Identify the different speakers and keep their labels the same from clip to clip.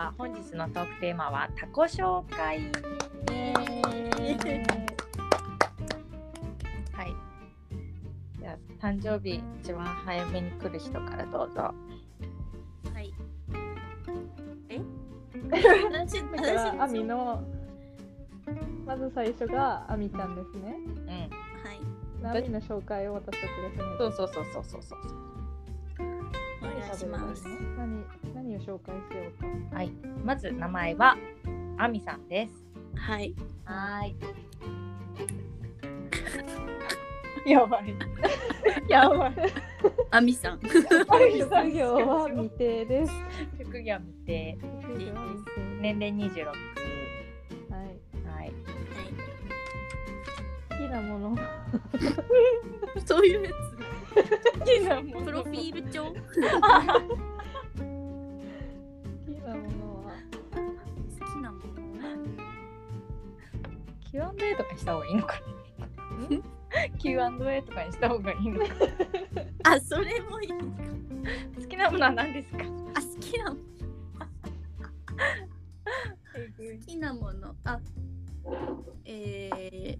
Speaker 1: のトークテーマは「タコ紹介」はいじゃあ誕生日一番早めに来る人からどうぞ
Speaker 2: はい。え話
Speaker 3: だからアミのまず最初がアミちゃんですね。
Speaker 1: うん
Speaker 2: はい。
Speaker 3: アミの紹介を私たちがす
Speaker 1: そ
Speaker 3: る。
Speaker 1: うそうそうそうそうそう
Speaker 2: お願いします。
Speaker 3: 何何を紹介しようか。
Speaker 1: はいまず名前はあみさんです
Speaker 2: はい。
Speaker 1: はい やばいやばい
Speaker 2: あみさん。
Speaker 3: 作業は未定です。
Speaker 1: 職業未定
Speaker 3: 職業は未定
Speaker 1: 年齢26
Speaker 3: はい。
Speaker 1: はい
Speaker 3: 好きなもの。
Speaker 2: そういうやつ。プ
Speaker 1: プ
Speaker 2: ロフィール帳。
Speaker 3: 好きなものは
Speaker 2: 好きなもの。
Speaker 1: Q&A とかした方がいいのか な Q&A とかにした方がいいのか
Speaker 2: あ、それもいい。
Speaker 1: 好きなものは何ですか
Speaker 2: あ、好きなもの。好きなもの。あ。えー。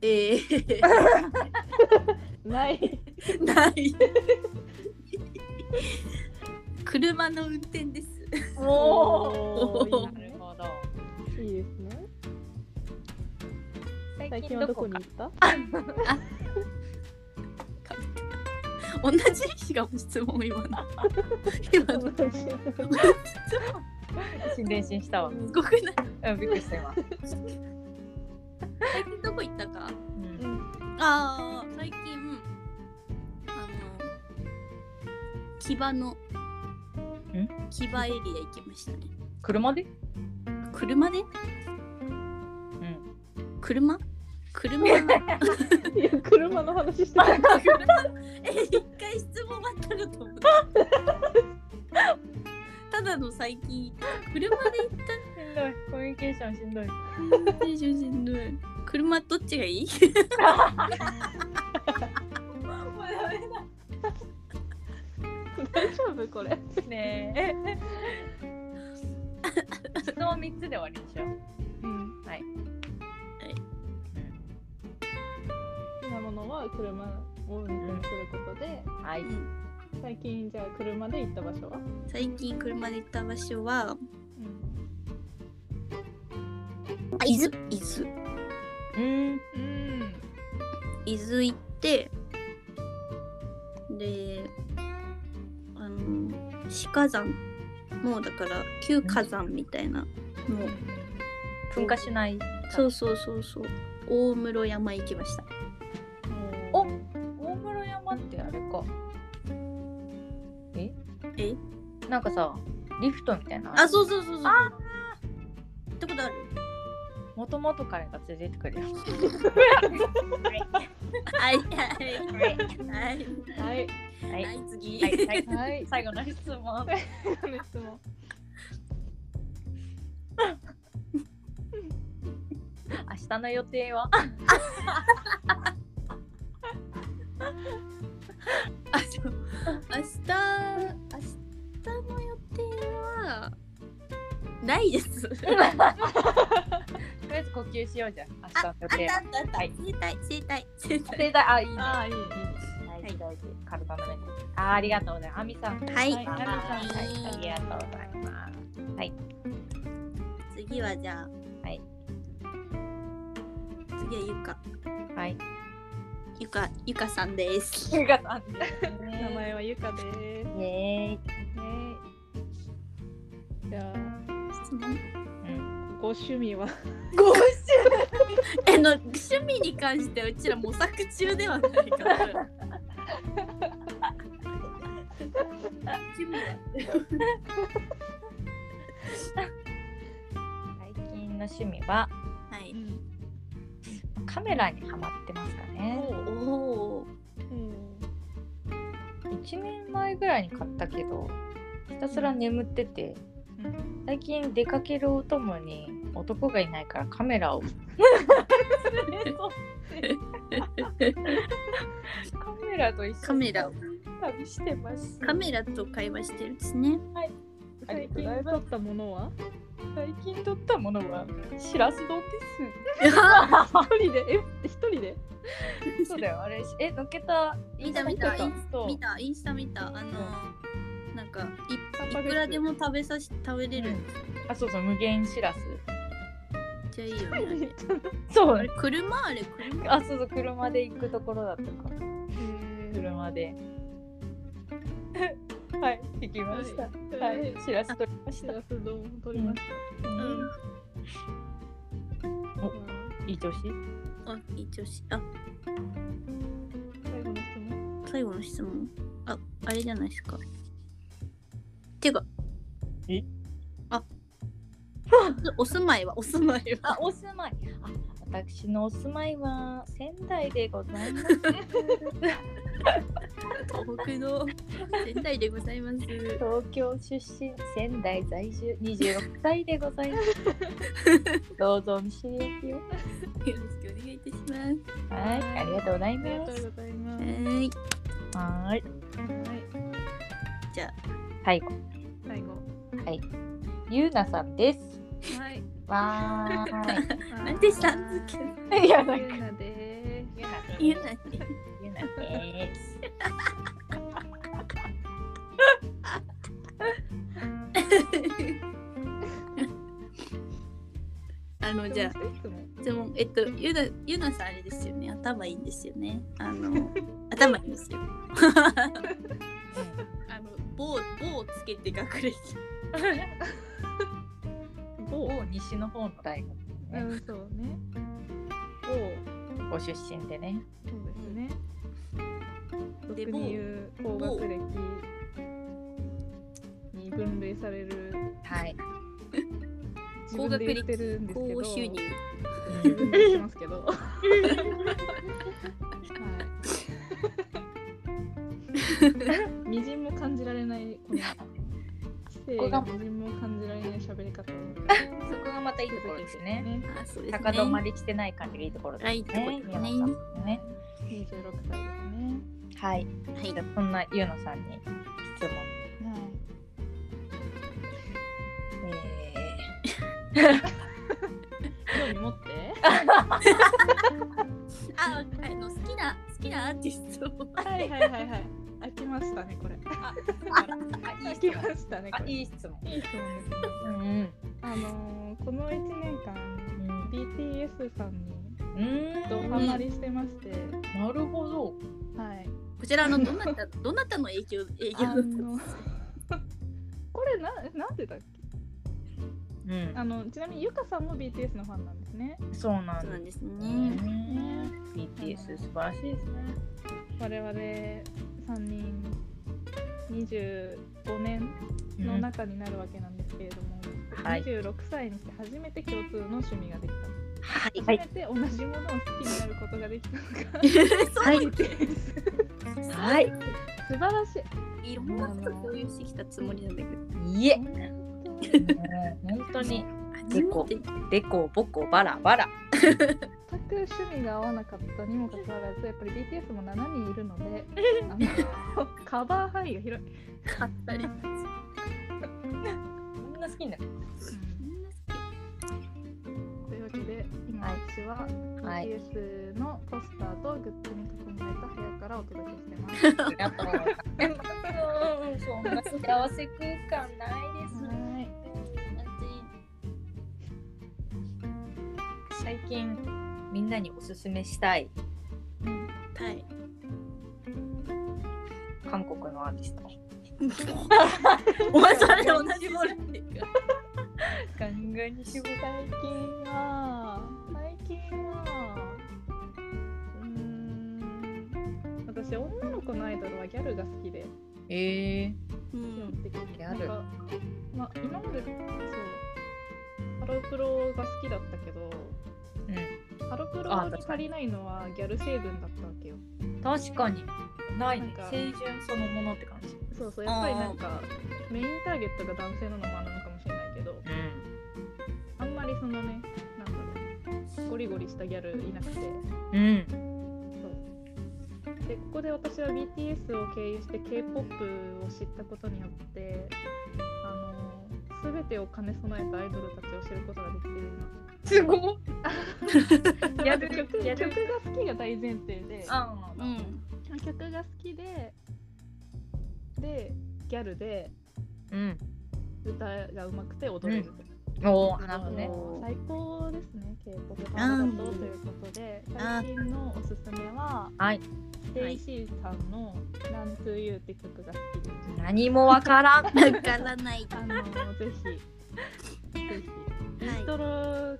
Speaker 2: え ー、
Speaker 3: ない。
Speaker 2: ない。 車の運転です。
Speaker 1: お
Speaker 2: ー
Speaker 1: なるほど
Speaker 3: いいですね。
Speaker 1: 最
Speaker 3: 最
Speaker 1: 近
Speaker 3: 近は
Speaker 1: ど
Speaker 3: ど
Speaker 1: こ
Speaker 3: こ
Speaker 1: か
Speaker 3: に行った？
Speaker 2: 同じ日が質問今の。今の。
Speaker 1: 一心伝心したわ
Speaker 2: すごくない。
Speaker 1: うんびっくりした今
Speaker 2: 最近どこ行ったか。
Speaker 1: うん
Speaker 2: ああ、最近。あの。木場の。木場エリア行きましたね。
Speaker 1: 車で
Speaker 2: 車で。
Speaker 1: うん
Speaker 2: 車。 車の。
Speaker 3: いや車の 話してない。
Speaker 2: え、一回質問がったると思う。ただの最近。車で行った。
Speaker 1: しんどいコミュニケーションしんどい
Speaker 2: テンションしんどい車どっちがいい
Speaker 3: 大丈夫これ？
Speaker 1: ね え質問3つで終わりでしょ
Speaker 3: うん。
Speaker 1: はい。
Speaker 3: 好きなものは車を運転することで、
Speaker 1: はい
Speaker 3: 最近じゃあ車で行った場所は？
Speaker 2: 最近車で行った場所は
Speaker 3: うん。
Speaker 2: 伊豆伊豆
Speaker 1: うん
Speaker 3: うん。
Speaker 2: 伊豆行ってであの四火山もうだから旧火山みたいなもう
Speaker 1: 噴火しない
Speaker 2: そうそうそうそう大室山行きました
Speaker 1: お大 室山ってあれかえ
Speaker 2: え
Speaker 1: なんかさリフトみたいな
Speaker 2: あそうそうそうそう行ったことある
Speaker 1: もともと彼が連れてくるよ
Speaker 2: はいは
Speaker 1: は
Speaker 2: い
Speaker 1: い
Speaker 2: はい
Speaker 3: はい。
Speaker 1: は
Speaker 2: はいい、次、
Speaker 1: はいはい
Speaker 3: はい。
Speaker 1: 最後の質問
Speaker 3: 後の質問。
Speaker 1: 明日の予定は
Speaker 2: あそう明日明日の予定はないです。
Speaker 1: とりあえず呼吸しようじゃん明日の予定は
Speaker 2: ったあった
Speaker 1: はい
Speaker 2: 整体整体整体。
Speaker 1: 正解あいいね
Speaker 3: ああいいいい。
Speaker 1: 大事大事体の面あありがとうございますあみさん
Speaker 2: はい。
Speaker 3: は
Speaker 1: はい
Speaker 3: いあみさん
Speaker 1: ありがとうございます
Speaker 2: 次はじゃあ。
Speaker 1: はい。
Speaker 2: 次はゆか
Speaker 1: はい
Speaker 2: ゆかゆかさんです。
Speaker 1: ゆか さん
Speaker 3: 名前はゆかです。
Speaker 1: イ
Speaker 3: ね。
Speaker 1: エーイ
Speaker 3: じゃあ
Speaker 2: 質問。
Speaker 3: ご趣味は？
Speaker 1: ご主
Speaker 2: えの趣味に関してはうちら模索中ではないから。趣味は
Speaker 1: 最近の趣味は
Speaker 2: はい。
Speaker 3: ん。
Speaker 1: カメラにハマってますかね
Speaker 2: おお
Speaker 3: うん。
Speaker 1: 1年前ぐらいに買ったけどひたすら眠ってて最近出かけるお供に男がいないから カメラをカメラと一緒
Speaker 2: カメラを
Speaker 1: 旅してます
Speaker 2: カメラと会話してるんですね。
Speaker 3: 最近取ったものは
Speaker 1: 最近取ったものはしらす丼で
Speaker 3: 一人でえ一人で
Speaker 1: す。そうだよあれえのっけた
Speaker 2: 見た見たイ
Speaker 1: イン
Speaker 2: ン
Speaker 1: ス
Speaker 2: ス
Speaker 1: タ
Speaker 2: 見たインスタ見たあのーなんか
Speaker 3: タン
Speaker 2: いい
Speaker 3: パク質
Speaker 2: くらでも食べさし食べれる、
Speaker 1: うんあそうそう無限しらす。
Speaker 2: めっちゃいいよね
Speaker 1: そ
Speaker 2: あ
Speaker 1: う
Speaker 2: れ車あれ車
Speaker 1: あそうそう車で行くところだったから車で。 はい行きました。は
Speaker 3: はい
Speaker 1: いしらす取りまし
Speaker 3: シ
Speaker 1: た。
Speaker 3: ラス丼を取りました、
Speaker 2: うん
Speaker 1: いい調子。
Speaker 2: あ一応しあ
Speaker 3: 最後の質問
Speaker 2: 最後の質問ああれじゃないですかていうか
Speaker 1: え
Speaker 2: あお住まいはお住まいは
Speaker 1: あお住まい。あ私のお住まいは仙台でござい ます。
Speaker 2: 東北の仙台でございます
Speaker 1: 東京出身、仙台在住、26歳でございます。 どうぞお見知りおきを。
Speaker 2: よろしくお願いいたします。
Speaker 1: はい、ありがとうござい
Speaker 3: あり
Speaker 1: ま
Speaker 3: がとう
Speaker 1: す。
Speaker 3: ございま
Speaker 2: は
Speaker 3: す、
Speaker 2: ーい。
Speaker 1: はい、
Speaker 3: はい
Speaker 2: じゃ
Speaker 1: 最後、
Speaker 3: 最後
Speaker 1: はい、ゆうなさんです。
Speaker 3: はい
Speaker 1: わ
Speaker 2: あ、なんでさん付け
Speaker 1: ーい。いや、な
Speaker 3: ゆ
Speaker 1: んか。
Speaker 3: うなで
Speaker 1: ゆうなさん
Speaker 2: 言えない。
Speaker 1: ゆうなです。
Speaker 2: あの、
Speaker 3: す
Speaker 2: じゃ
Speaker 3: どうした質問
Speaker 2: あ、質問、えっと、ゆな、ゆなさんあれですよね。頭いいんですよね。あの、頭いいんですよ。あの、棒、棒をつけて学歴。
Speaker 1: 某西の方の大学
Speaker 3: う
Speaker 1: のね、
Speaker 3: んそうねおう
Speaker 1: ご出身でね。
Speaker 3: そうですね
Speaker 2: で
Speaker 3: 俗に言う高学歴に分類される
Speaker 1: はい。
Speaker 3: 自分で言ってるんですけど
Speaker 2: 高収入。
Speaker 1: うん
Speaker 3: 自分で言ってますけどはい みじんも感じられないこの知性がみじんも感じられない喋り方を
Speaker 1: そこがまたいいところですね。
Speaker 2: あ、そうですね。
Speaker 1: 高止まりしてない感じがいいところです
Speaker 2: あいいところ
Speaker 1: ね。
Speaker 2: ですね
Speaker 1: ゆうなさんのね
Speaker 3: 26歳ですね
Speaker 1: はい。
Speaker 2: はい
Speaker 1: じゃ。あそんなゆうのさんに質問。
Speaker 3: はい
Speaker 1: え
Speaker 3: 興味持って
Speaker 2: あ、あの、好きな、好きなアーティスト。
Speaker 3: はいはいはいはい飽きましたねこれ
Speaker 1: ー、あいい
Speaker 3: 飽
Speaker 1: 質
Speaker 3: き
Speaker 1: 問
Speaker 3: ま。したねこ
Speaker 1: あ
Speaker 3: れ
Speaker 1: いい質問。
Speaker 3: いい質問です
Speaker 1: うん
Speaker 3: あのーこの1年間
Speaker 1: うん。
Speaker 3: BTS さんに
Speaker 1: うん。
Speaker 3: ドハマりしてまして、
Speaker 1: なるほど。
Speaker 3: はい
Speaker 2: こちらのどなた、 どなたの影響、影響
Speaker 3: あ。の これななんでだっけ
Speaker 1: うん。
Speaker 3: あのちなみにゆかさんも BTS のファンなんですね
Speaker 1: そうな
Speaker 2: そ
Speaker 1: んだ
Speaker 2: うなんですね。
Speaker 1: ね。BTS 素晴らしいですね。
Speaker 3: 我々3人25年の中になるわけなんですけれど
Speaker 1: は
Speaker 3: も、
Speaker 1: い
Speaker 3: 26歳にして初めて共通の趣味ができ
Speaker 1: はいは
Speaker 3: た、初
Speaker 1: い
Speaker 3: めて同じものを好きになることができたの が
Speaker 2: はい。
Speaker 3: BTS
Speaker 1: はい。
Speaker 3: 素晴らしい
Speaker 2: いろんなこと共有してきたつもりなんだけど。
Speaker 1: いえ。も
Speaker 3: 本当
Speaker 1: う本当に
Speaker 2: 初めて。
Speaker 1: デコボコバラバラ。
Speaker 3: 全く趣味が合わなかったにもかかわらずやっぱり BTS も7人いるのであ のカバー範囲が広い、
Speaker 2: 買ったり。
Speaker 1: こんな好きになる。
Speaker 3: というわけで今私は
Speaker 1: はい
Speaker 3: BTS のポスターとグッズに囲まれた部屋からお届けしてます。
Speaker 1: ありがとうございます。そんな幸せ空間ないですね。
Speaker 3: はい
Speaker 1: 最近みんなにおすすめしたい
Speaker 2: はい。
Speaker 1: 韓国のアーティスト。
Speaker 2: お前それ同じ ものっ ていうか。
Speaker 1: ガンガンに絞り
Speaker 3: 最近は最近はうーん私女の子のアイドルはギャルが好きで
Speaker 1: ええ
Speaker 2: う
Speaker 3: 基本
Speaker 2: ん。
Speaker 3: 的に
Speaker 1: ギャル
Speaker 3: なんかまあ今までそうハロプロが好きだったけどハロプロ
Speaker 1: あ確
Speaker 3: に
Speaker 1: か
Speaker 3: 足
Speaker 1: に
Speaker 3: りないのはギャル成分だったわけよ
Speaker 1: うん。確かに。ない
Speaker 3: な
Speaker 1: ね
Speaker 3: んか。
Speaker 1: 青春そのものって感じ。
Speaker 3: そうそうやっぱりなんかメインターゲットが男性なのもあるのかもしれないけど
Speaker 1: う
Speaker 3: あんまりそのねなんだろうゴリゴリしたギャルいなくて
Speaker 1: ん。うん。
Speaker 3: そうでここで私は BTS を経由して k p o p を知ったことによってあの全てを兼ね備えたアイドルたちを知ることができている
Speaker 1: すごっ
Speaker 3: な
Speaker 1: や
Speaker 3: 曲
Speaker 1: る
Speaker 3: 曲
Speaker 1: や
Speaker 3: が
Speaker 1: る
Speaker 3: 好きが大前提で
Speaker 1: あ
Speaker 2: う
Speaker 1: ー
Speaker 2: ん
Speaker 3: 曲が好きででギャルで
Speaker 1: うん
Speaker 3: 歌がうまくて踊れる、
Speaker 1: おおなるほどね
Speaker 3: もう最高ですね k p o p バンドだとということで最近のおすすめは
Speaker 1: はい
Speaker 3: デイシーさんの「Run to You」って曲が好きです。
Speaker 1: 何もわからん
Speaker 2: わからない
Speaker 3: あのぜひぜひイントロ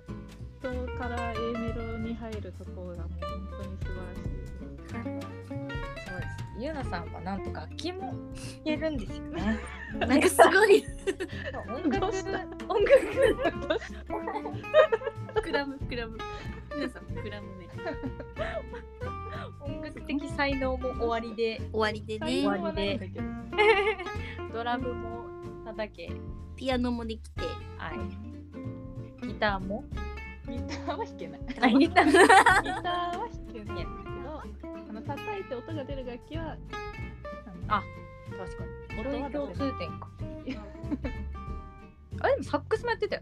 Speaker 3: とから A メロに入るところがもう本当に素晴らしいです。
Speaker 1: そうですゆうなさんはなんと楽器も弾けるんですよね
Speaker 2: なんかすごい
Speaker 1: 音楽
Speaker 3: どうした
Speaker 1: 音楽
Speaker 2: 膨らむ膨らむ皆さん膨らむね
Speaker 1: 音楽的才能も終わり で
Speaker 2: 終わりで
Speaker 3: 才能
Speaker 2: ね
Speaker 3: はないんだけど
Speaker 1: ドラムも叩け
Speaker 2: ピアノもできて
Speaker 1: はいギターも
Speaker 3: ギターは弾け ない。ギ
Speaker 1: あギター
Speaker 3: ターは弾けないけど、あの叩いて音が出る楽器はあ
Speaker 1: あ
Speaker 3: の
Speaker 1: 確かに
Speaker 3: 音は
Speaker 1: 共
Speaker 3: 出せる
Speaker 1: 通点かあでもサックスもやってたよ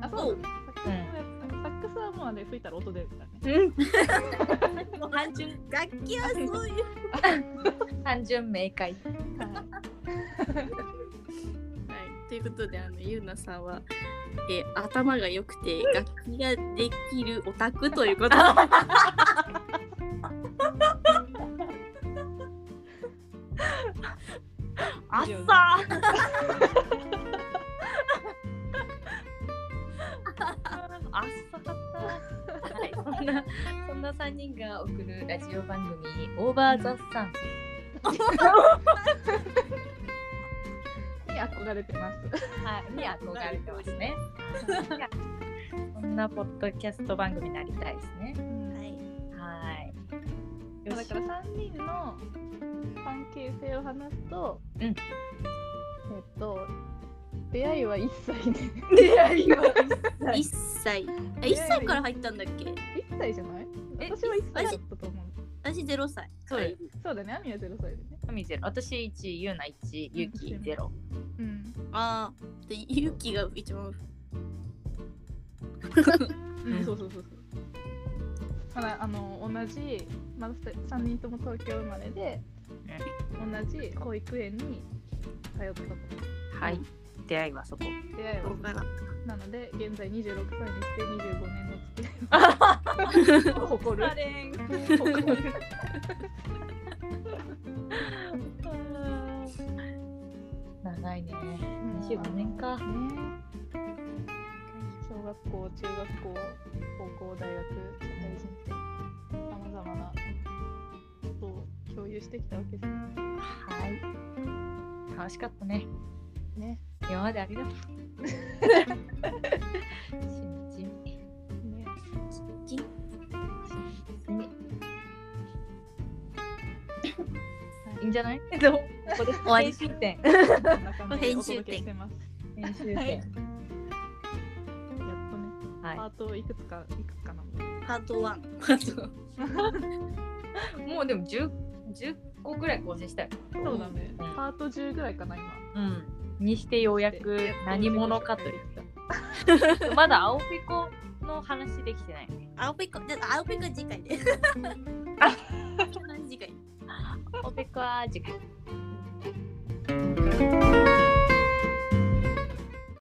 Speaker 3: あそうだサックスはもうあれ吹いたら音出るからね。
Speaker 1: うん
Speaker 2: もう単純楽器はそういう
Speaker 1: 単純明快
Speaker 2: はい、ということであのゆうなさんは、えー頭が良くて楽器ができるオタクということあっさー
Speaker 1: あっさかった。はい、そんな、そんな三人が送るラジオ番組、オーバーザさん。
Speaker 3: に憧れてます。
Speaker 1: はい、に憧れてますね。そんなポッドキャスト番組になりたいですね。
Speaker 2: はい、
Speaker 1: はい。よ
Speaker 3: だ
Speaker 1: し
Speaker 3: か、ら三人の関係性を話すと、
Speaker 1: うん
Speaker 3: えっと出会いは一切ね
Speaker 1: 出会いは
Speaker 2: 1歳あ1歳から入ったんだっけ
Speaker 3: 一切じゃない？
Speaker 1: え
Speaker 3: 私は一歳だったと思う。
Speaker 2: 私0歳
Speaker 1: そうよ
Speaker 3: そうだね、アミはゼロ歳でね。
Speaker 1: 神ゼロ、私一、ゆうな一、ゆうきゼロ。
Speaker 3: うん。
Speaker 2: ああでゆうきが一 番
Speaker 1: うん
Speaker 3: そうそうそうそう。まだあの同じまだ三人とも東京生まれで、同じ保育園に通ったと。
Speaker 1: はい。出会いはそこ。
Speaker 3: 出会いは
Speaker 2: 分からん
Speaker 3: なので現在26歳にして25年の付き
Speaker 1: あ
Speaker 3: 合いを誇る。
Speaker 1: れん。
Speaker 3: 誇る
Speaker 1: 長いね。25年か
Speaker 3: ね。小学校、中学校、高校、大学、社会人ってさまざまなことを共有してきたわけです
Speaker 1: はい。楽しかったね。
Speaker 3: ね。
Speaker 1: 今までありが とう。しみじみ
Speaker 3: ね
Speaker 2: き
Speaker 1: しみじみいいんじゃない？どうここ で
Speaker 2: 終わり
Speaker 1: 編集点。
Speaker 3: こんな感 じで
Speaker 2: 編
Speaker 3: お
Speaker 2: 集点
Speaker 3: 届けしてます。
Speaker 1: 編集
Speaker 3: はい
Speaker 1: 点。
Speaker 3: やっとね、パ
Speaker 1: は
Speaker 3: ートいくつか、いくつかなも
Speaker 2: パート1パート
Speaker 1: い。もうでも十十個ぐらい更新したよ。
Speaker 3: そうだね。パート10ぐらいかな、今。
Speaker 1: うん。にしてようやく何者かという
Speaker 3: う。
Speaker 1: まだ青ピコの話できてないね。
Speaker 2: 青ペコじゃあ青ペコ次回で次回
Speaker 1: 青ピコは次回。